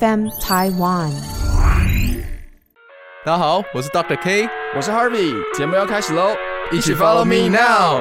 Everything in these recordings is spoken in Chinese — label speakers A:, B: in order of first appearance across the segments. A: FM Taiwan。
B: 大家好，我是 Dr. K，
C: 我是 Harvey，节目要开始喽，一
B: 一起 Follow Me Now。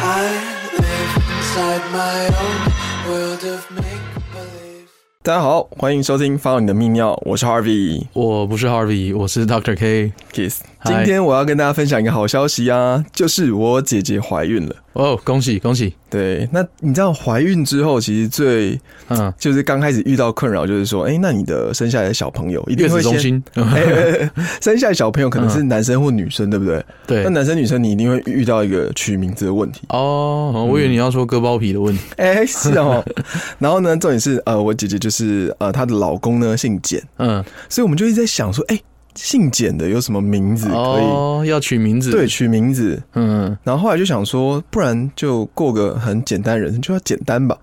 D: I live inside my own world of make believe.
C: 大家好，欢迎收听《Follow 你的泌尿》，我是 Harvey
B: 我不是 Harvey，我是 Dr. K。
C: Kiss。
B: 嗨
C: 今天我要跟大家分享一个好消息啊，就是我姐姐怀孕了。
B: 哦，恭喜恭喜，
C: 对，那你知道怀孕之后，其实最
B: 嗯，
C: 就是刚开始遇到困扰，就是说，哎、那你的生下来的小朋友一
B: 月
C: 定
B: 子
C: 会
B: 中
C: 先，
B: 心，嗯
C: 哎、哎哎 生下来小朋友可能是男生或女生，对不对？
B: 对
C: 那。男生女生你一定会遇到一个取名字的问题。
B: 哦，我
C: 嗯
B: 以为你要说割包皮的问题。
C: 哎、是哦。 然后呢，重点是呃，我姐姐就是呃，她的老公呢姓简，
B: 嗯，
C: 所以我们就一直在想说，哎、姓简的有什么名字可以、
B: 哦，要取名字。
C: 对，取名字？
B: 嗯，
C: 然后后来就想说，不然就过个很简单的人生，就要简单吧。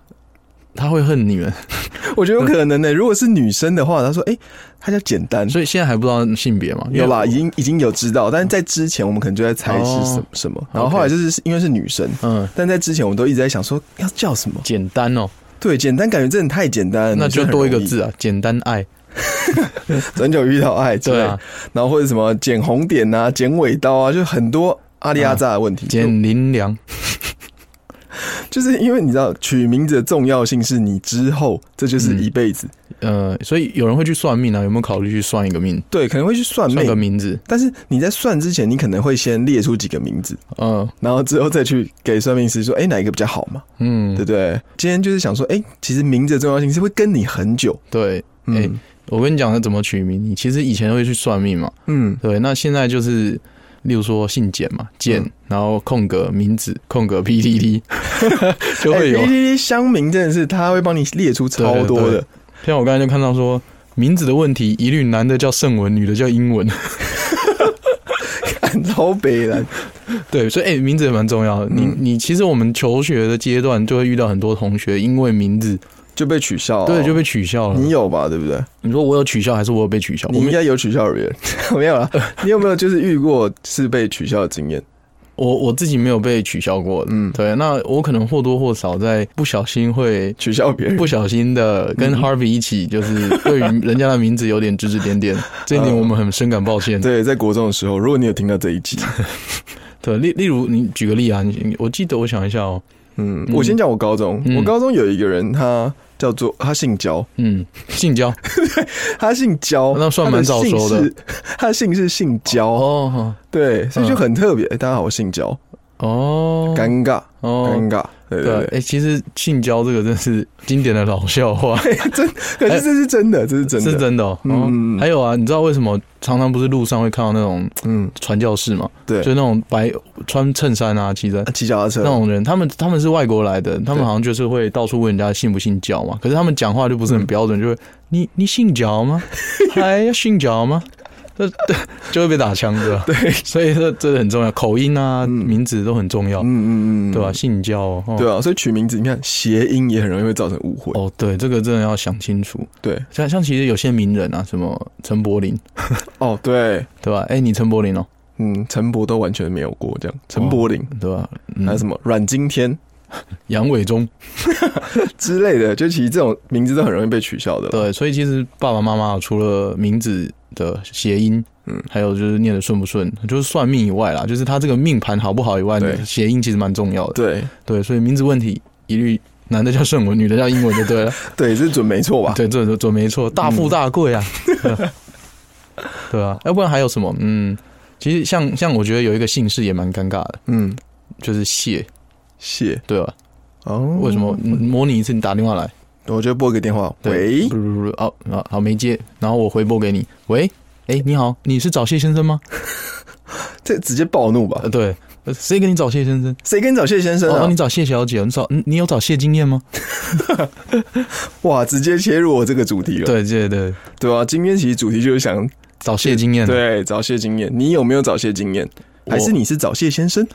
B: 他会恨你们，
C: 我觉得有可能呢、如果是女生的话，她说，哎、她叫简单。
B: 所以现在还不知道性别嘛？因为
C: 有啦，已经已经有知道，但是在之前我们可能就在猜是什
B: 哦
C: 什么，然后后来就是因为是女生，
B: 嗯，
C: 但在之前我们都一直在想说要叫什么，
B: 简单哦，
C: 对，简单感觉真的太简单了，
B: 那
C: 女
B: 就
C: 嗯生很
B: 多一个
C: 容易
B: 字啊，简单爱。
C: 很久遇到爱之类
B: 对啊，
C: 然后或者什么剪红点啊、剪尾刀啊，就很多阿里阿扎的问题。
B: 简林良。
C: 就就是因为你知道取名字的重要性是你之后，这
B: 嗯
C: 就是一辈子。
B: 呃，所以有人会去算命啊？有没有考虑去算一个命，
C: 对，可能会去算
B: 算
C: 命
B: 个，名字？
C: 但是你在算之前，你可能会先列出几个名字，
B: 嗯
C: 然后之后再去给算命师说，哎、哪一个比较好嘛？
B: 嗯，
C: 对不对？今天就是想说，哎、其实名字的重要性是会跟你很久。
B: 对，哎、
C: 嗯
B: 我跟你讲怎么取名，你其实以前会去算命嘛，
C: 嗯，
B: 对，那现在就是，例如说姓简嘛，简，
C: 嗯
B: 然后空格名字，空 格 PTT，就
C: 哎
B: 会有。
C: PTT 乡民真的是他会帮你列出超多的，
B: 对对像我刚才就看到说，名字的问题，一律男的叫圣文，女的叫英文，
C: 看 超北蓝。
B: 对，所以哎、名字也蛮重要
C: 嗯
B: 的。你你其实我们求学的阶段就会遇到很多同学因为名字，
C: 就被取笑、
B: 对，就被取笑了。
C: 哦你
B: 你
C: 有吧？对不对？
B: 你说我有取笑还是我有被取笑？
C: 你
B: 我
C: 应
B: 没
C: 该有取笑别人， 没 有啦。你有没有就是遇过是被取笑的经验？
B: 我我自己没有被取笑过，
C: 嗯
B: 嗯，对，那我可能或多或少在不小心会
C: 取笑别人
B: 不小心的
C: 嗯
B: 跟 Harvey 一起，就是对于人家的名字有点指指 点点，这一点我们很深感抱歉。
C: 对，在国中的时候，如果你有听到这一集，
B: 对，例例如你举个例啊，你你我记得我想一下哦，
C: 嗯，我先讲我高中，
B: 嗯
C: 我高中有一个人，他叫做他姓焦，
B: 嗯，性交
C: 他姓焦，
B: 那算蛮早熟的
C: 他的姓氏， 他的姓是姓焦，
B: 哦
C: 对，所以就很特别。哎大家好，我姓焦，
B: 嗯哦
C: 尴尬，尴
B: 哦，
C: 尬，对
B: 对，
C: 对
B: 哎、
C: 对，
B: 其实性交这个真是经典的老笑话，
C: 真，可是这是真的，这是 真
B: 哎是
C: 的，
B: 真的、哦。
C: 嗯
B: 哦还有啊，你知道为什么常常不是路上会看到那种
C: 嗯，
B: 传教士嘛？
C: 对
B: 就，那种白穿衬衫啊，骑着
C: 骑脚踏车
B: 那，种人，他们他们是外国来的，他们好像就是会到处问人家信不信教嘛。可是他们讲话就不是很标
C: 嗯
B: 准，就会你你信教 吗？还要信教吗？这这就会被打枪的。对，所以这这很重要，口音啊、名字都很重要，
C: 嗯嗯嗯嗯，
B: 对吧？信教哦，哦
C: 对啊，所以取名字，你看谐音也很容易会造成误会，
B: 哦，对，这个真的要想清楚。
C: 对，
B: 像像其实有些名人啊，什么陈柏霖，
C: 哦对。
B: 对吧？哎，你陈柏霖哦，
C: 嗯，陈柏都完全没有过这样。陈柏霖、
B: 对吧？
C: 还有
B: 哦嗯，
C: 什么阮经天
B: 杨伟忠，
C: 之类的，就其实这种名字都很容易被取笑的。，
B: 对，所以其实爸爸妈妈除了名字的谐音，
C: 嗯
B: 嗯，还有就是念的顺不顺，就是算命以外啦，就是他这个命盘好不好以外，你
C: 对
B: 的谐音其实蛮重要的。
C: 对
B: 对，所以名字问题一律男的叫圣文，女的叫英文就对了。
C: 对，这准没错吧？
B: 对，这这这没错，大富大贵啊， 对啊，要不然还有什么？嗯，其实像像我觉得有一个姓氏也蛮尴尬的，
C: 嗯，
B: 就是谢，
C: 谢
B: 对吧、
C: 哦，
B: 为什么？嗯模拟一次，你打电话来，
C: 我就拨个电话，
B: 对
C: 喂
B: 不，不不，哦，好好没接，然后我回拨给你，喂，哎、你好，你是找谢先生吗？
C: 这直接暴怒吧
B: 呃，？对，呃谁给你找谢先生？
C: 谁跟你找谢先生
B: 哦，
C: 啊
B: 你？找谢小姐，你找嗯，你有找谢经验吗？
C: 哇，直接切入我这个主题了，
B: 对对对，
C: 对啊，今天其实主题就是想
B: 找谢经验。，
C: 对找谢经验，你有没有找谢经验？还是你是找谢先生？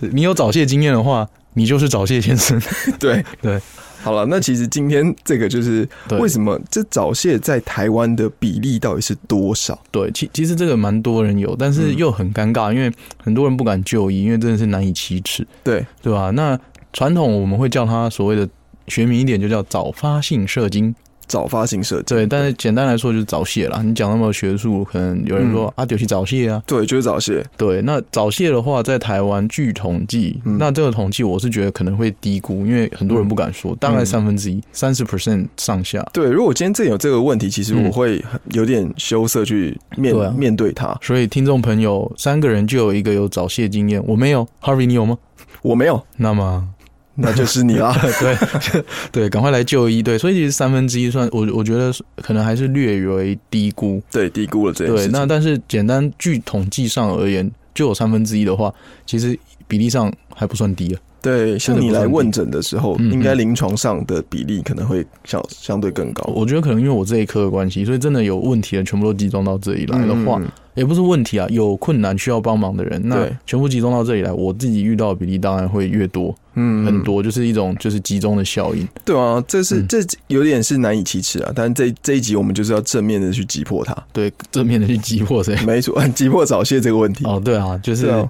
B: 你有找谢经验的话，你就是找谢 先生。
C: 对
B: 对，
C: 好了，那其实今天这个就是
B: 对
C: 为什么这早泄在台湾的比例到底是多少？
B: 对，其其实这个蛮多人有，但是又很尴
C: 嗯
B: 尬，因为很多人不敢就医，因为真的是难以启齿，
C: 对，
B: 对吧？那传统我们会叫它所谓的学名一点，就叫早发性射精。
C: 早发性射精，
B: 对，但是简单来说就是早泄啦。你讲那么学术，可能有人说、啊，就是早泄啊。
C: 对，就是早泄，
B: 对，那早泄的话，在台湾据统计，
C: 嗯
B: 那这个统计我是觉得可能会低估，因为很多人不敢说，大概三分之一，三十 percent 上下。
C: 对，如果今天真有这个问题，其实
B: 嗯
C: 我会很有点羞涩去面、
B: 对啊
C: 面对它。
B: 所以听众朋友，三个人就有一个有早泄经验，我没有，Harvey 你有吗？
C: 我没有，
B: 那么
C: 那就是你啦。
B: 对 对，赶快来就医。对，所以其实三分之一算我我觉得可能还是略为低估。
C: 对，低估了这件事
B: 对，
C: 情。
B: 那但是简单据统计上而言，就有三分之一的话，其实比例上还不算低啊了。
C: 对，像你来问诊的时候，
B: 嗯嗯
C: 应该临床上的比例可能会相相对更高。
B: 我觉得可能因为我这一科的关系，所以真的有问题的全部都集中到这里来的话，
C: 嗯
B: 也不是问题啊，有困难需要帮忙的人，那
C: 对
B: 全部集中到这里来，我自己遇到的比例当然会越多，
C: 嗯
B: 很多就是一种就是集中的效应。
C: 对啊，这是、
B: 嗯
C: 这有点是难以启齿啊。但这这一集我们就是要正面的去击破它，
B: 对，正面的去击破谁？
C: 没错，击破早泄这个问题。
B: 哦，对啊，就是、
C: 对啊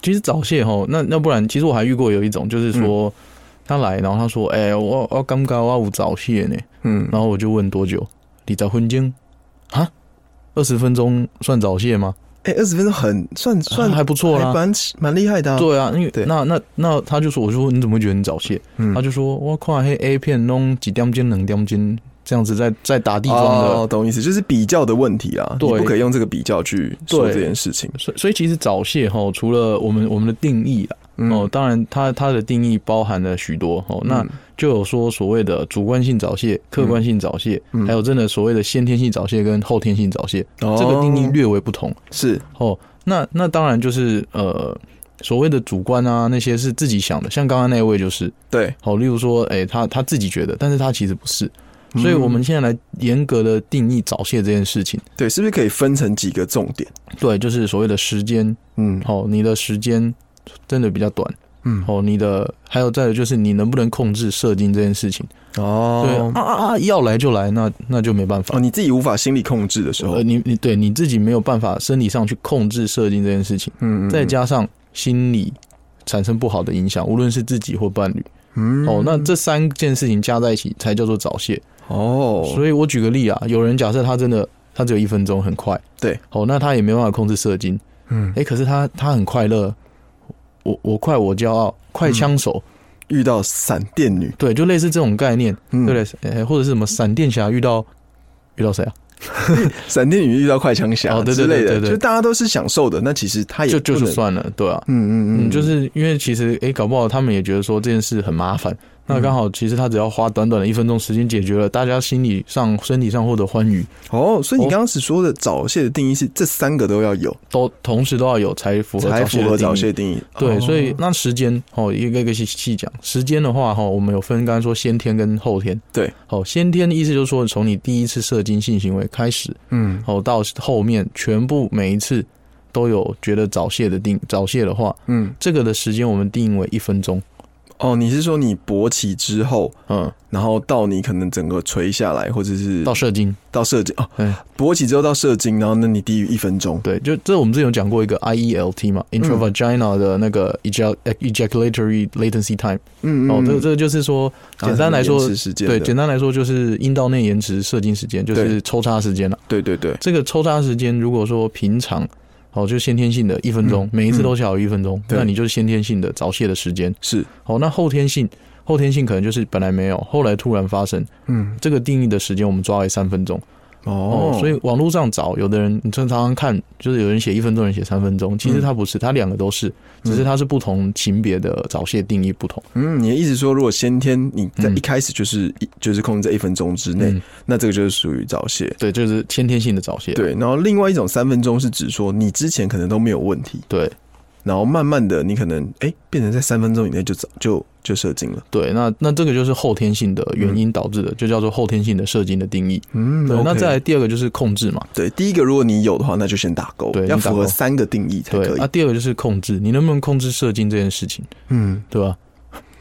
B: 其实早泄吼，那那不然，其实我还遇过有一种，就是说、他来，然后他说，哎、我我刚刚我有早泄呢，
C: 嗯，
B: 然后我就问多久，你在婚间啊？二十分钟算早泄吗？
C: 哎、二十分钟很算算
B: 啊还不错啦
C: 还。蛮蛮厉害的、啊。，
B: 对啊，因为
C: 对
B: 那那那他就说，我就说你怎么会觉得你早泄？
C: 嗯
B: 他就说我看黑 A 片弄几点斤两点斤这样子在在打地桩的，
C: 哦，懂意思，就是比较的问题啦。
B: 对
C: 你不可以用这个比较去说
B: 对
C: 这件事情。
B: 所以所以其实早泄哈，除了我们我们的定义啊，哦，当然它它的定义包含了许多哦，那
C: 嗯
B: 就有说所谓的主观性早泄、客观性早泄，
C: 嗯
B: 还有真的所谓的先天性早泄跟后天性早泄，
C: 哦
B: 这个定义略为不同
C: 是，
B: 哦。那那当然就是呃。所谓的主观啊，那些是自己想的，像刚刚那位就是，
C: 对，
B: 好，例如说，哎、他他自己觉得，但是他其实不是，所以我
C: 嗯
B: 们现在来严格的定义早泄这件事情，
C: 对，是不是可以分成几个重点？
B: 对，就是所谓的时间，
C: 嗯，
B: 哦，你的时间真的比较短，
C: 嗯
B: 哦，你的还有再有就是你能不能控制射精这件事情，对
C: 哦
B: 啊，啊啊，要来就来，那那就没办法
C: 哦，，你自己无法心理控制的时候嗯
B: 呃，，你你对你自己没有办法生理上去控制射精这件事情，
C: 嗯，嗯
B: 再，加上心理产生不好的影响，无论是自己或伴侣，
C: 嗯
B: 哦，那这三件事情加在一起才叫做早泄，
C: 哦，
B: 所以我举个例啊，有人假设他真的他只有一分钟，很快，
C: 对，
B: 哦，那他也没办法控制射精，
C: 嗯
B: 哎、，可是他他很快乐，我我快我骄傲，快枪手，
C: 嗯遇到闪电女，
B: 对，就类似这种概念，
C: 嗯
B: 对，不对？诶或者是什么闪电侠遇到遇到谁啊？
C: 闪电女遇到快枪侠
B: 哦对
C: 之
B: 对对
C: 类
B: 对
C: 的，
B: 对
C: 就大家都是享受的，那其实他也
B: 就就
C: 不
B: 是
C: 能，
B: 算了，对啊，
C: 嗯嗯
B: 嗯，
C: 嗯，
B: 就是因为其实诶，搞不好他们也觉得说这件事很麻烦，那刚好其实他只要花短短的一分钟时间解决了，大家心理上、身体上获得欢愉，
C: 哦，所以你刚刚只说的早泄的定义是这三个都要有，
B: 都同时都要有才符合
C: 才
B: 早
C: 符
B: 泄的
C: 合
B: 定
C: 早
B: 义
C: 泄定义。
B: 对，
C: 哦
B: 所以那时间哦，一个一个细细讲。时间的话哈、哦，我们有分刚才说先天跟后天。
C: 对，
B: 哦，先天的意思就是说，从你第一次射精性行为开始，
C: 嗯
B: 哦，到后面全部每一次都有觉得早泄的定早泄的话，
C: 嗯，
B: 这个的时间我们定义为一分钟。
C: 哦，你是说你勃起之后，
B: 嗯，
C: 然后到你可能整个垂下来，或者是
B: 到射精，
C: 到射精哦
B: 嗯，
C: 勃起之后到射精，然后那你低于一分钟，
B: 对，就这我们之前有讲过一个 IELT 嘛，intravagina
C: 嗯
B: 的那个 eject- ejaculatory latency time，、
C: 嗯
B: 哦，这个这个就是说，
C: 啊
B: 简单来说
C: 延迟时间的
B: 对，简单来说就是阴道内延迟射精时间，就是
C: 对
B: 抽插时间了。
C: 对对对，
B: 这个抽插时间，如果说平常哦，就先天性的一分钟，每一次都小于一分钟，
C: 嗯对
B: 那你就是先天性的早泄的时间。
C: 是，
B: 哦，那后天性，后天性可能就是本来没有，后来突然发生，
C: 嗯
B: 这个定义的时间我们抓为三分钟。哦，所以网络上找，有的人你常常看，就是有人写一分钟，有人写三分钟，其实
C: 嗯
B: 他不是，他两个都是，只是他是不同型别的早泄定义不同。
C: 嗯，你的意思说，如果先天你在
B: 嗯
C: 一开始就是一、就是控制在一分钟之内，
B: 嗯
C: 那这个就是属于早泄。
B: 对，就是先天性的早泄。
C: 对，然后另外一种三分钟是指说你之前可能都没有问题，
B: 对
C: 然后慢慢的你可能哎、变成在三分钟以内就早就就射精了。
B: 对，那那这个就是后天性的原因导致的，就叫做后天性的射精的定义。
C: 嗯
B: 对，那
C: OK
B: 再来第二个就是控制嘛，
C: 对第一个，如果你有的话，那就先打勾，
B: 对
C: 要
B: 你打
C: 符
B: 勾
C: 合三个定义才
B: 对啊
C: 可，以
B: 那、。第二个就是控制，你能不能控制射精这件事情，
C: 嗯，
B: 对吧？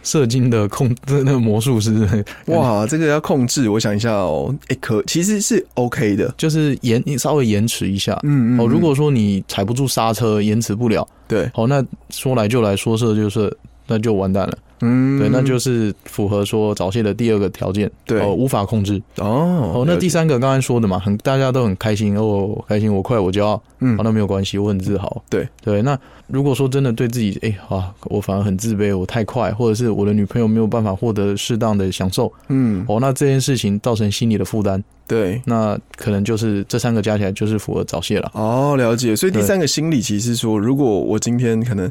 B: 射精的控那个魔术师，
C: 哇，这个要控制，我想一下哦，哎、可其实是 OK 的。
B: 就是延你稍微延迟一下。
C: 嗯
B: 哦，如果说你踩不住刹车，延迟不了，
C: 对，
B: 好，那说来就来说射就射，那就完蛋了。
C: 嗯
B: 对，那就是符合说早泄的第二个条件，
C: 对
B: 哦，无法控制。
C: 哦
B: 哦，那第
C: 三
B: 三个刚才说的嘛，很大家都很开心哦，开心，我快，我骄傲，啊
C: 嗯
B: 好，那没有关系，我很自豪。
C: 对
B: 对，那如果说真的对自己，哎、啊，我反而很自卑，我太快，或者是我的女朋友没有办法获得适当的享受，
C: 嗯
B: 哦，那这件事情造成心理的负担，
C: 对
B: 那可能就是这三个加起来就是符合早泄了。
C: 哦，了解。所以第
B: 对
C: 三个心理其实是说，如果我今天可能，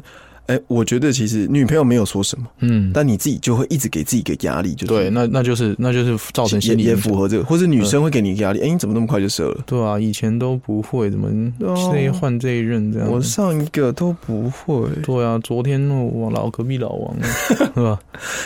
C: 哎、我觉得其实女朋友没有说什么，
B: 嗯，
C: 但你自己就会一直给自己一个压力，就是
B: 对，那那就是那就是造成
C: 也
B: 心理
C: 也
B: 影响
C: 符合这个，或者
B: 嗯
C: 女生会给你一个压力，哎、你怎么那么快就射了？
B: 对啊，以前都不会，怎么
C: 哦
B: 这换这一任这样？
C: 我上一个都不会
B: 对啊，昨天我老隔壁老王， 对吧？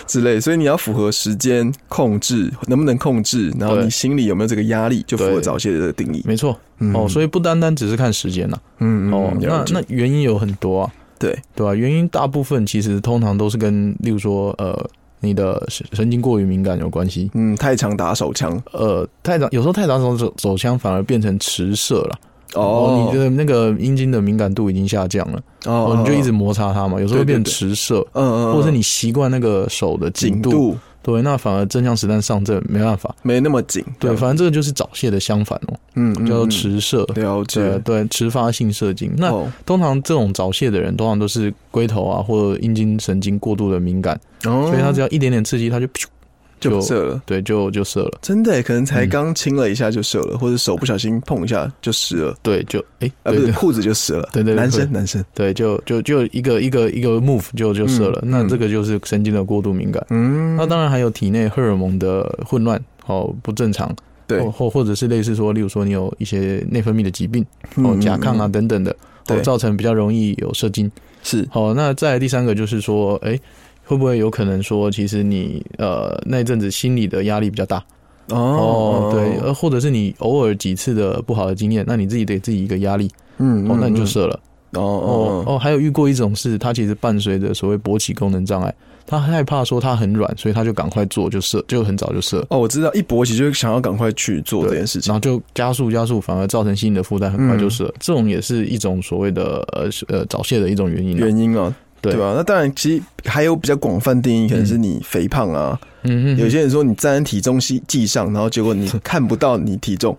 C: 之类，所以你要符合时间控制，能不能控制，然后
B: 对
C: 你心里有没有这个压力，就符合
B: 对
C: 早泄的这个定义。
B: 没错，哦，所以不单单只是看时间呐、
C: 嗯嗯，嗯
B: 哦，
C: 嗯
B: 那
C: 了解
B: 那原因有很多啊，
C: 对，
B: 对吧、原因大部分其实通常都是跟，例如说，呃，你的神神经过于敏感有关系。
C: 嗯，太常打手枪
B: 呃，太早有时候太早手手手枪反而变成迟射了。
C: 哦
B: 哦你的那个阴茎的敏感度已经下降了，哦，你就一直摩擦它嘛，有时候
C: 对对
B: 会变
C: 对
B: 迟射，
C: 嗯嗯，嗯
B: 或者是你习惯那个手的
C: 紧
B: 紧度，
C: 度
B: 对，那反而真枪实弹上阵没办法。
C: 没那么紧，
B: 对，反正这个就是早泄的相反哦，
C: 嗯，啊嗯
B: 叫做，迟射。
C: 嗯了
B: 对
C: 解。
B: 对，迟发性射精。那
C: 哦
B: 通常这种早泄的人，通常都是龟头啊或者阴茎神经过度的敏感，
C: 哦
B: 所以他只要一点点刺激，他就嗯噗
C: 就射了，
B: 对，就就射了。
C: 真的耶可能才刚亲了一下就射了，或者手不小心碰一下就湿了，
B: 对，就哎，
C: 啊，
B: 对
C: 不是
B: 对
C: 裤子就湿了，
B: 对对对
C: 男
B: 对
C: 生男生，
B: 对，就就就一个一个一个 move 就就射了。
C: 嗯
B: 那
C: 嗯
B: 这个就是神经的过度敏感。
C: 嗯
B: 啊那当然还有体内荷尔蒙的混乱哦，不正常，
C: 对
B: 或或或者是类似说，例如说你有一些内分泌的疾病哦，
C: 嗯
B: 甲亢啊
C: 嗯
B: 等等的，
C: 对
B: 哦，造成比较容易有射精。
C: 是
B: 好，那再来第三个就是说，哎、会不会有可能说，其实你呃那一阵子心理的压力比较大
C: 哦，
B: 对，呃，或者是你偶尔几次的不好的经验，那你自己给自己一个压力，
C: 嗯，
B: 哦，那你就
C: 嗯
B: 射了。
C: 嗯哦
B: 哦
C: 哦
B: 哦，还有遇过一种是，他其实伴随着所谓勃起功能障碍，他害怕说他很软，所以他就赶快做，就射，就很早就射，
C: 哦，我知道，一勃起就想要赶快去做
B: 对
C: 这件事情
B: 然后就加速加速，反而造成心理的负担，很
C: 嗯
B: 快就射。这种也是一种所谓的呃是呃早泄的一种原因、啊。
C: 原因啊，
B: 对
C: 对吧？那当然，其实还有比较广泛定义，可能
B: 嗯
C: 是你肥胖啊，
B: 嗯嗯，
C: 有些人说你站在体重计计上，然后结果你看不到你体重，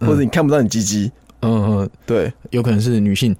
C: 或者你看不到你鸡鸡，
B: 嗯嗯，
C: 对
B: 有可能是女性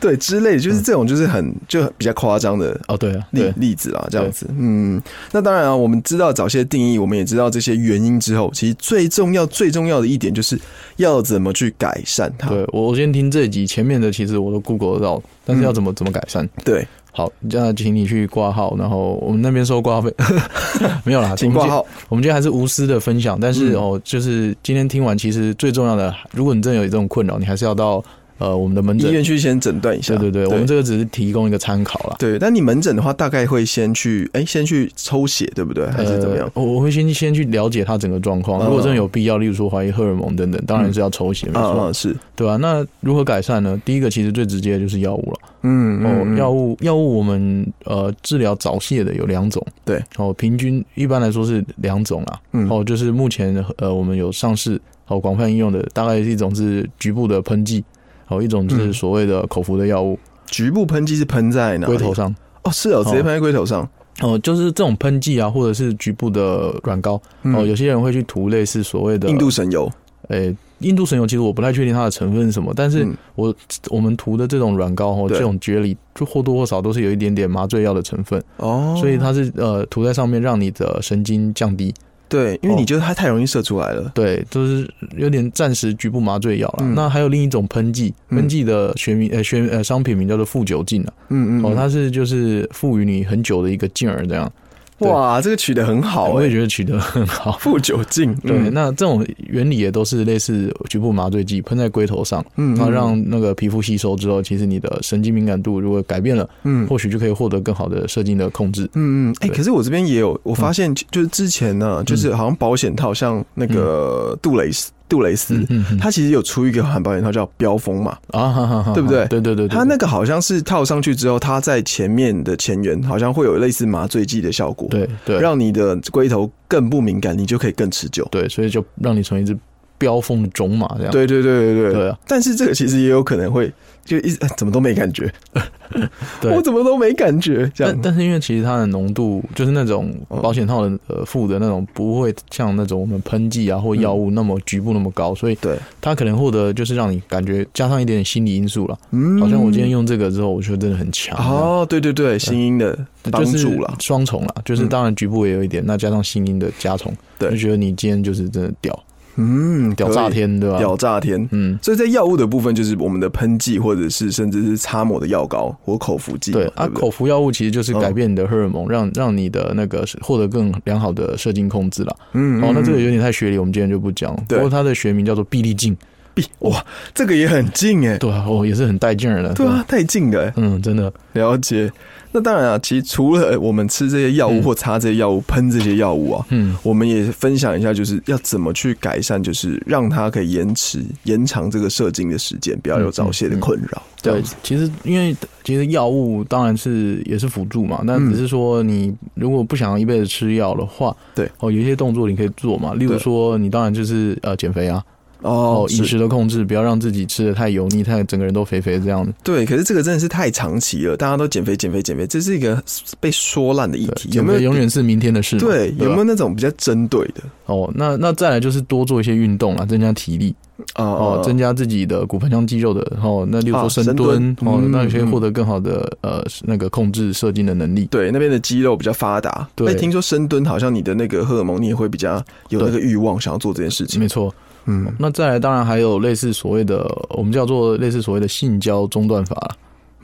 C: 对之类的，就是这种就是很就比较夸张的
B: 哦，对啊，
C: 例
B: 对，
C: 例子啦，这样子。嗯，那当然啊，我们知道早些定义，我们也知道这些原因之后，其实最重要最重要的一点就是要怎么去改善它。
B: 对我，我先听这一集前面的，其实我都 Google 得到，但是
C: 嗯
B: 要怎么、怎么改善？
C: 对，
B: 好，那请你去挂号，然后我们那边收挂号费， 没有啦，
C: 请
B: 我们
C: 挂
B: 今。
C: 号。
B: 我们今天还是无私的分享，但是、
C: 嗯
B: 哦，就是今天听完，其实最重要的，如果你真的有这种困扰，你还是要到呃我们的门
C: 医
B: 诊。
C: 院去先诊断一下。
B: 对对对，我们这个只是提供一个参考啦。
C: 对，但你门诊的话，大概会先去哎、先去抽血，对不对？还是怎么样？
B: 呃我我会先先去了解他整个状况，
C: 嗯
B: 如果真的有必要，例如说怀疑荷尔蒙等等，当然是要抽血，没
C: 啊
B: 错，哦
C: 啊是，
B: 对吧、那如何改善呢？第一个其实最直接的就是药物了。
C: 嗯
B: 哦，药
C: 物
B: 物药物我们呃治疗早泄的有两种，
C: 对，
B: 哦，平均一般来说是两种啦，
C: 嗯
B: 哦，就是目前呃我们有上市哦广泛应用的，大概一种是局部的喷剂，哦，一种是
C: 嗯
B: 所谓的口服的药物，
C: 局部喷剂是喷在哪里？
B: 龟头上，
C: 哦，是哦，直接喷在龟头上。
B: 哦，就是这种喷剂啊，或者是局部的软膏，哦，
C: 嗯
B: 有些人会去涂类似所谓的
C: 印度，神油，
B: 诶、印度神油，其实我不太确定它的成分是什么，但是
C: 嗯
B: 我、我们涂的这种软膏哦，
C: 对
B: 这种啫喱，就或多或少都是有一点点麻醉药的成分。
C: 哦，
B: 所以它是呃涂在上面，让你的神经降低，
C: 对，因为你觉得它太容易射出来了。
B: 对，就是有点暂时局部麻醉药了。
C: 嗯
B: 那还有另一种喷剂，
C: 嗯
B: 喷剂的学名呃学呃商品名叫做富酒精啊，
C: 嗯嗯，
B: 哦，
C: 嗯
B: 它是就是赋予你很久的一个劲儿这样。对
C: 哇，这个取得很好
B: 我也
C: 哎，
B: 觉得取得很好。
C: 负酒精，
B: 对，
C: 嗯
B: 那这种原理也都是类似局部麻醉剂喷在龟头上，
C: 嗯
B: 然后让那个皮肤吸收之后，其实你的神经敏感度如果改变了，
C: 嗯
B: 或许就可以获得更好的射精的控制。
C: 嗯嗯，哎、
B: 对嗯
C: 可是我这边也有，我发现就是之前呢、就是好像保险套，像那个杜蕾斯，杜蕾斯，
B: 嗯嗯
C: 它其实有出一个韩保险套叫标风嘛，
B: 啊，哈哈哈，
C: 对不对
B: 对对对，对
C: 它那个好像是套上去之后，它在前面的前缘好像会有类似麻醉剂的效果，，
B: 对对，
C: 让你的龟头更不敏感，你就可以更持久。
B: 对，所以就让你成为一只飙风的种马这样。
C: 对对对对对
B: 对啊
C: 但是这个其实也有可能会就一直、呃怎么都没感觉，
B: 对
C: 我怎么都没感觉这
B: 但
C: 样。
B: 但是因为其实它的浓度就是那种
C: 哦
B: 保险套的呃附的那种，不会像那种我们喷剂啊或药物那么局部那么高，
C: 嗯
B: 所以
C: 对，
B: 它可能获得就是让你感觉加上一点点心理因素了，
C: 嗯
B: 好像我今天用这个之后，我觉得真的很强。
C: 哦，对对对，心音的
B: 这
C: 帮
B: 样就是
C: 助了，
B: 双重了，就是
C: 嗯
B: 当然局部也有一点，那加上心音的加重，
C: 对
B: 就觉得你今天就是真的屌
C: 嗯，
B: 屌炸
C: 可以
B: 天，对吧？
C: 屌炸天。
B: 嗯，
C: 所以在药物的部分，就是我们的喷剂，或者是甚至是擦抹的药膏或口服剂嘛，
B: 对
C: 对
B: 啊，
C: 不对嗯
B: 口服药物其实就是改变你的荷尔蒙，让让你的那个获得更良好的射精控制了。
C: 嗯，
B: 哦，那这个
C: 嗯
B: 有点太学理，我们今天就不讲。
C: 对
B: 不过它的学名叫做臂力镜，
C: 哇，这个也很近哎，
B: 对啊，哦，也是很带劲儿的。
C: 对啊，，太近了欸，
B: 嗯，真的，
C: 了解。那当然啊，其实除了我们吃这些药物
B: 嗯
C: 或擦这些药物、喷这些药物啊，
B: 嗯，
C: 我们也分享一下，就是要怎么去改善，就是让它可以延迟、延长这个射精的时间，不要有早泄的困扰。这
B: 对
C: 样子，
B: 其实因为其实药物当然是也是辅助嘛，但
C: 嗯
B: 只是说你如果不想一辈子吃药的话，
C: 对，
B: 哦，有一些动作你可以做嘛，例如
C: 对
B: 说你当然就是呃减肥啊，
C: 哦
B: 哦，，饮
C: 是
B: 食的控制，不要让自己吃的太油腻，太整个人都肥肥这样的。
C: 对，可是这个真的是太长期了，大家都减肥、减肥、减肥，这是一个被说烂的议题。
B: 对，
C: 有
B: 减
C: 没有
B: 肥永远是明天的事嘛。
C: 对，有没
B: 吧
C: 有那种比较针对的？
B: 哦，那那再来就是多做一些运动啦，增加体力。
C: 哦
B: 哦，增加自己的骨盆腔肌肉的，哦，那例如
C: 啊
B: 说深
C: 深
B: 蹲，
C: 蹲
B: 哦，
C: 嗯
B: 那你可以获得更好的呃那个控制射精的能力。
C: 对那边的肌肉比较发达。
B: 对
C: 哎听说深蹲好像你的那个荷尔蒙，你也会比较有那个欲望想要做这件事情
B: 没。错，
C: 嗯，
B: 那再来当然还有类似所谓的，我们叫做类似所谓的性交中断法啦。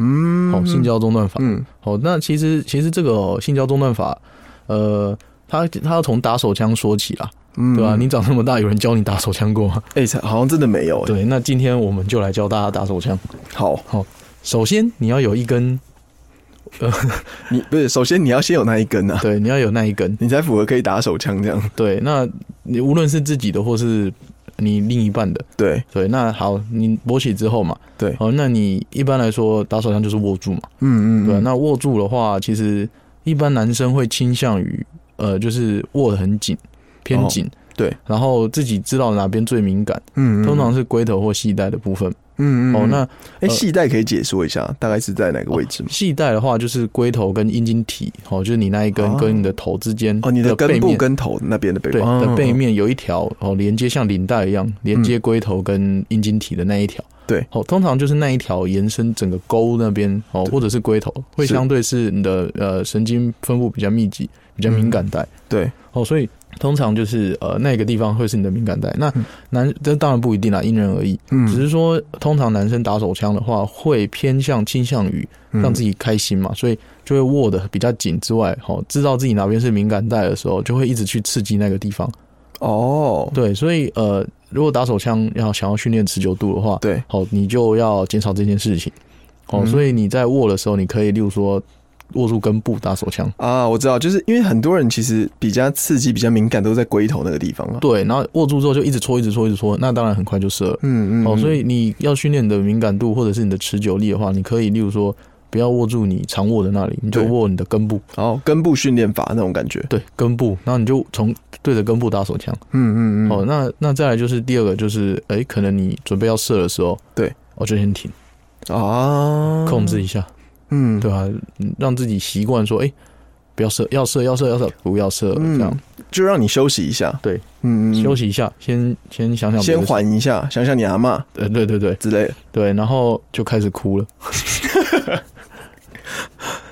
C: 嗯，
B: 哦，性交中断法。
C: 嗯，
B: 哦，那其实其实这个、哦性交中断法，呃，它它要从打手枪说起啦，
C: 嗯，
B: 对吧、你长这么大，有人教你打手枪过吗？
C: 哎、好像真的没有、哎，
B: 对，那今天我们就来教大家打手枪。
C: 好，
B: 首先你要有 一根，
C: 你不是首先你要先有那一根啊，
B: 对，你要有那一根。
C: 你才符合可以打手枪这样。
B: 对，那你无论是自己的或是你另一半的，
C: 对
B: 对，那好，你勃起之后嘛，
C: 对，
B: 好，那你一般来说打手枪就是握住嘛，
C: 嗯嗯，
B: 对，啊
C: 嗯
B: 那握住的话，其实一般男生会倾向于呃，就是握得很紧，偏
C: 哦
B: 紧、
C: 对，
B: 然后自己知道哪边最敏感，
C: 嗯嗯
B: 通常是龟头或系带的部分。
C: 嗯嗯
B: 哦，
C: 嗯
B: 那
C: 哎，系带可以解说一下，大概是在哪个位置吗？
B: 系带的话就是龟头跟阴茎体，哦，就是你那一根
C: 哦
B: 跟你的头之间
C: 哦，你的
B: 背
C: 根部
B: 面
C: 跟头那边的背
B: 对
C: 部
B: 的背，面有一条哦，连接像领带一样连接龟头跟阴茎体的那一条。
C: 对
B: 哦，通常就是那一条延伸整个沟那边哦，或者是龟头，会
C: 是
B: 相对是你的呃神经分布比较密集、比较敏感带、
C: 对
B: 哦，所以通常就是呃那个地方会是你的敏感带。那男这当然不一定啦，因人而异，
C: 嗯
B: 只是说通常男生打手枪的话，会偏向倾向于
C: 嗯
B: 让自己开心嘛，所以就会握得比较紧之外，哦，知道自己哪边是敏感带的时候，就会一直去刺激那个地方。
C: 哦，
B: 对，所以呃，如果打手枪要想要训练持久度的话，
C: 对，
B: 好，你就要减少这件事情。哦，
C: 嗯
B: 所以你在握的时候，你可以例如说握住根部打手枪，
C: 啊，我知道，就是因为很多人其实比较刺激、比较敏感，都在龟头那个地方啊。
B: 对，然后握住之后就一直戳，一直戳，一直戳，那当然很快就射了。
C: 嗯嗯，
B: 哦，
C: 嗯
B: 所以你要训练你的敏感度或者是你的持久力的话，你可以例如说不要握住你常握的那里，你就
C: 对
B: 握你的根部，
C: 哦，根部训练法那种感觉。
B: 对，根部，然后你就从对着根部打手枪。
C: 嗯嗯嗯，
B: 哦，那那再来就是第二个就是，哎、可能你准备要射的时候，
C: 对，
B: 哦，就先停，
C: 啊，
B: 哦控制一下。
C: 嗯，
B: 对啊，嗯让自己习惯说，哎、不要射，要射，要射，要射，不要射，
C: 嗯
B: 这样
C: 就让你休息一下。
B: 对，
C: 嗯嗯，
B: 休息一下，先先想想别
C: 先
B: 的事，
C: 缓一下，想想你阿嬷
B: 呃，对对对
C: 之类的。
B: 对，然后就开始哭了，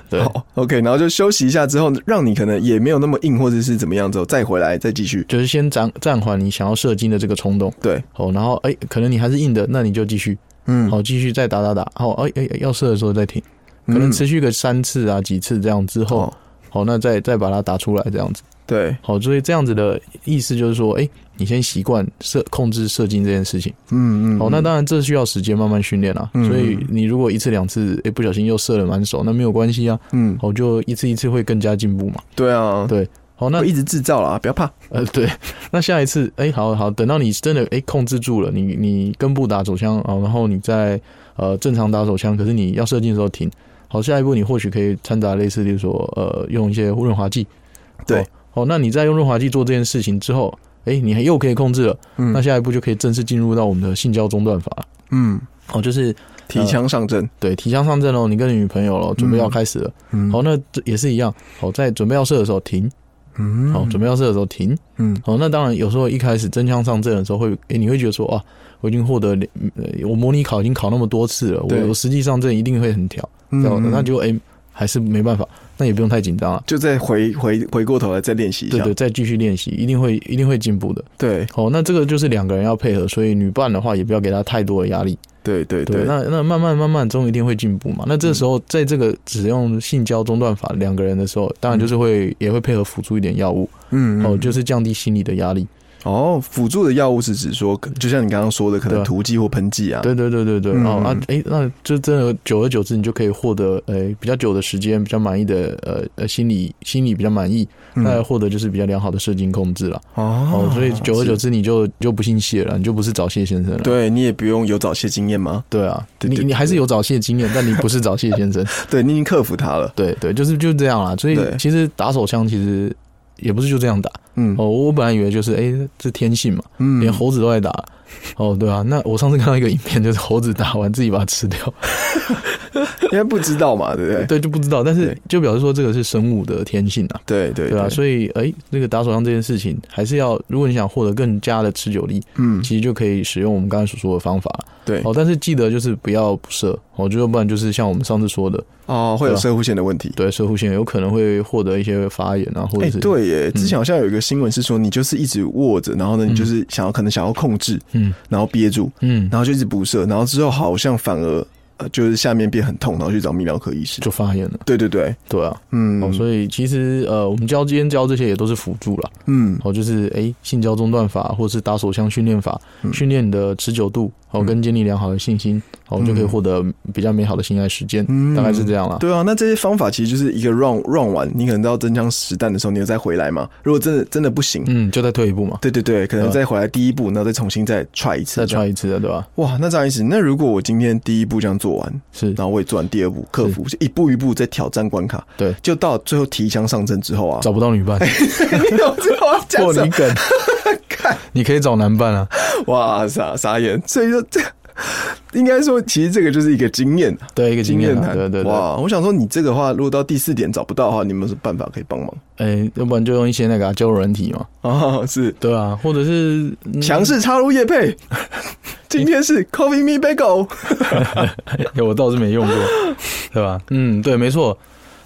B: 对，
C: 好，OK，然后就休息一下之后，让你可能也没有那么硬，或者是怎么样之后再回来再继续。
B: 就是先暂暂缓你想要射精的这个冲动。
C: 对，
B: 哦，然后哎、可能你还是硬的，那你就继续，
C: 嗯，
B: 好、继续再打打打，好，哎、哎、要射的时候再停，可能
C: 嗯
B: 持续个三次啊几次这样之后，
C: 哦
B: 好、那再再把它打出来这样子，
C: 对，
B: 好，所以这样子的意思就是说，哎、你先习惯射控制射精这件事情，
C: 嗯嗯，
B: 好，
C: 嗯
B: 那当然这需要时间慢慢训练啦，
C: 嗯
B: 所以你如果一次两次，哎、不小心又射了满手，那没有关系啊，
C: 嗯，
B: 好，就一次一次会更加进步嘛，
C: 对啊，
B: 对，好，那
C: 我一直制造啦，不要怕。
B: 呃，对，那下一次，哎、好好，等到你真的哎、控制住了，你你根部打手枪啊、哦然后你再呃正常打手枪，可是你要射进的时候停。好，下一步你或许可以掺杂类似，例如说呃用一些润滑剂。
C: 对
B: 哦，好，那你在用润滑剂做这件事情之后，哎、你还又可以控制了，
C: 嗯
B: 那下一步就可以正式进入到我们的性交中断法了。
C: 嗯，
B: 哦，就是
C: 提枪上阵，
B: 对提枪上阵喽，你跟你女朋友喽，准备
C: 嗯
B: 要开始了。
C: 嗯，
B: 好，那这也是一样。好，在准备要射的时候停。
C: 嗯，
B: 好，准备要射的时候停。
C: 嗯
B: 哦，那当然，有时候一开始真枪上阵的时候会，诶你会觉得说，啊，我已经获得了，呃我模拟考已经考那么多次了，
C: 对
B: 我我实际上阵一定会很挑，
C: 嗯
B: 这样
C: 嗯
B: 那就诶还是没办法，那也不用太紧张啊，
C: 就再回回回过头来再练习一
B: 对
C: 下
B: 对，，再继续练习，一定会一定会进步的。
C: 对
B: 哦，那这个就是两个人要配合，所以女伴的话也不要给她太多的压力，
C: 对对
B: 对，
C: 对，嗯
B: 那那慢慢慢慢中一定会进步嘛。那这时候在这个使用性交中断法两个人的时候，当然就是会、也会配合辅助一点药物，
C: 嗯
B: 哦，
C: 哦
B: 就是降低心理的压力。
C: 哦，辅助的药物是指说，就像你刚刚说的，可
B: 对
C: 能
B: 啊
C: 涂剂或喷剂啊，
B: 对对对对对，
C: 嗯
B: 哦啊
C: 嗯，
B: 哎、那就真的久而久之，你就可以获得诶、比较久的时间，比较满意的呃呃心理心理比较满意，
C: 嗯
B: 那获得就是比较良好的射精控制了。
C: 哦
B: 哦，所以久而久
C: 之，
B: 之，你就你就不姓谢了，你就不是早泄先生了。
C: 对你也不用有早泄经验吗？
B: 对啊，
C: 对对
B: 你你还是有早泄经验，但你不是早泄 先生。
C: 对你已经克服它了，
B: 对对，就是就这样啦。所以
C: 对
B: 其实打手枪其实也不是就这样打。
C: 嗯
B: 哦，我本来以为就是哎、这天性嘛，
C: 嗯
B: 连猴子都爱打。哦，对啊，那我上次看到一个影片，就是猴子打完自己把它吃掉。
C: 应该不知道嘛，对不对？
B: 对，就不知道，但是
C: 对
B: 就表示说这个是生物的天性啊，
C: 对对
B: 对啊，
C: 以
B: 所以哎、那个打手枪这件事情，还是要如果你想获得更加的持久力，
C: 嗯
B: 其实就可以使用我们刚才所说的方法
C: 对
B: 哦，但是记得就是不要不射，我觉得不然就是像我们上次说的，
C: 哦会有
B: 对啊
C: 射护线的问题。
B: 对射护线有可能会获得一些发炎啊，或者
C: 哎、
B: 是、
C: 对耶，之前好像有一个新闻是说，你就是一直握着，然后呢，你就是想要可能想要控制，
B: 嗯
C: 然后憋住，
B: 嗯，
C: 然后就一直不射，然后之后好像反而呃就是下面变很痛，然后去找泌尿科医师。
B: 就发炎了，
C: 对对对，
B: 对啊，
C: 嗯，
B: 哦，所以其实呃，我们教今天教这些也都是辅助啦。
C: 嗯
B: 哦，就是哎、诶性交中断法或者是打手枪训练法，
C: 嗯
B: 训练你的持久度，哦，跟建立良好的信心，哦，就可以获得比较美好的性爱实践，
C: 嗯
B: 大概是这样啦。
C: 对啊，那这些方法其实就是一个 round round 完，你可能到真枪实弹的时候，你又再回来嘛。如果真的真的不行，
B: 嗯，就再退一步嘛，
C: 对对对，可能再回来第一步，然后再重新再 try 一次
B: 再
C: 这样。
B: 踹一次的，对吧？
C: 哇，那张医师，那如果我今天第一步这样做完，
B: 是
C: 然后我也做完第二步，克服，就一步一步在挑战关卡，
B: 对
C: 就到最后提枪上阵之后啊，
B: 找不 到女伴，
C: 你有知道我要讲
B: 破
C: 什
B: 你
C: 么？
B: 梗， 你可以找男伴啊，
C: 哇，傻傻眼，所以说 这。应该说，其实这个就是一个经验，
B: 对，一个经验啊，
C: 谈。
B: 对对对，
C: 哇，我想说，你这个话，如果到第四点找不到的话，你们有什么办法可以帮忙
B: 哎、要不然就用一些那个啊交友软体嘛，
C: 啊？是
B: 对啊，或者是嗯
C: 强势插入叶配， 今天是 Coffee Me Bagel。
B: 我倒是没用过，对吧？嗯，对，没错。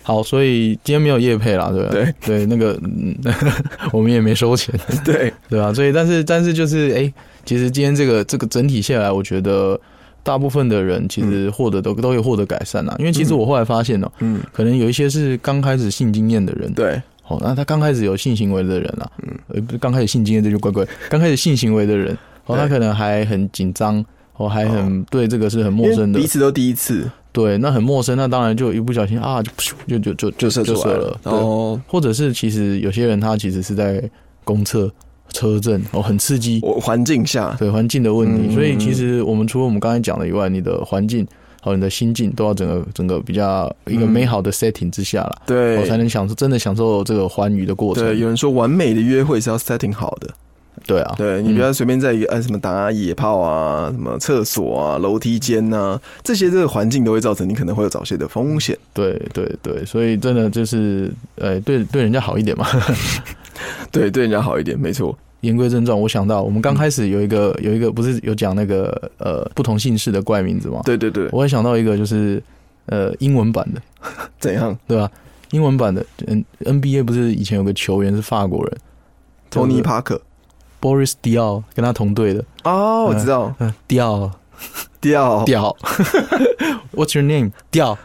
B: 好，所以今天没有夜配啦，对吧？
C: 对
B: 对，那个、嗯、 我们也没收钱，
C: 对，
B: 对啊，所以但是但是就是哎、其实今天这个这个整体下来，我觉得大部分的人其实获得都、都有获得改善啦。因为其实我后来发现哦、
C: 嗯，
B: 可能有一些是刚开始性经验的人，，
C: 对，
B: 哦，那他刚开始有性行为的人啊，嗯，呃，不是刚开始性经验这就怪怪，刚开始性行为的人，哦，
C: 对
B: 他可能还很紧张，哦，还很、对这个是很陌
C: 因为
B: 生的
C: 彼，此都第一次
B: 对，那很陌生，那当然就一不小心啊，就噗就就就
C: 就射出
B: 就
C: 来
B: 射了，对
C: 哦，
B: 或者是其实有些人他其实是在公厕、车震哦，很刺激，
C: 我环境下，
B: 对环境的问
C: 嗯
B: 题。所以
C: 嗯
B: 其实我们除了我们刚才讲的以外，你的环境还有你的心境都要整个整个比较一个
C: 嗯
B: 美好的 setting 之下了，我、才
C: 对，
B: 能享受真的享受这个欢愉的过程
C: 对，。有人说完美的约会是要 setting 好的，
B: 对啊，
C: 对你
B: 嗯
C: 不要随便在一个呃什么打野炮啊、什么厕所啊、楼梯间呐、这些这个环境都会造成你可能会有早泄的风险。
B: 对对对，所以真的就是呃，对对人家好一点嘛。嗯
C: 对，对人家好一点，没错。
B: 言归正传，我想到我们刚开始有一个、
C: 嗯
B: 有一个不是有讲那个呃不同姓氏的怪名字吗？
C: 对对对，
B: 我也想到一个，就是呃英文版的，
C: 怎样
B: 对吧、英文版的，嗯，NBA 不是以前有个球员是法国人
C: ？Tony
B: 对
C: Parker。
B: ，Boris Diaw 跟他同队的，
C: 哦，我知道，
B: 嗯，Diaw
C: 哦掉
B: Diaw ，What's your name？Diaw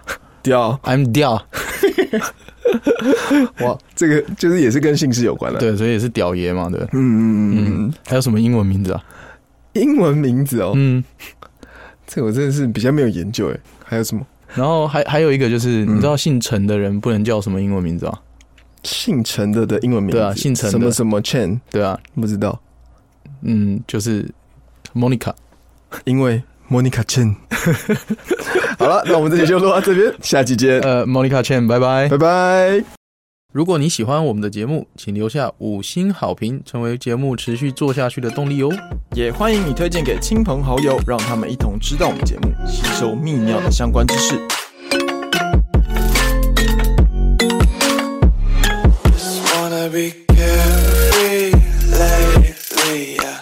C: 掉，
B: I'm Diaw，
C: 哇，这个就是也是跟姓氏有关的。，
B: 对，所以也是屌爷嘛，对。
C: 嗯嗯嗯
B: 嗯
C: 嗯，，
B: 还有什么英文名字啊？
C: 英文名字哦，
B: 嗯，
C: 这个我真的是比较没有研究哎。还有什么
B: 然后还还有一个就是，
C: 嗯
B: 你知道姓陈的人不能叫什么英文名字啊？
C: 姓陈的的英文名字？
B: 对啊姓陈的
C: 什么什么 Chen
B: 对啊，
C: 不知道，
B: 嗯，就是 Monica。
C: 因为 Monica Chen。好了，那我们这期就录到这 边，下期见，
B: 呃，Monica Chen，拜拜
C: 拜。拜。
B: 如果你喜欢我们的节目，请留下五星好评，成为节目持续做下去的动力哦。
C: 也欢迎你推荐给亲朋好友，让他们一同知道我们节目，吸收泌尿的相关知识。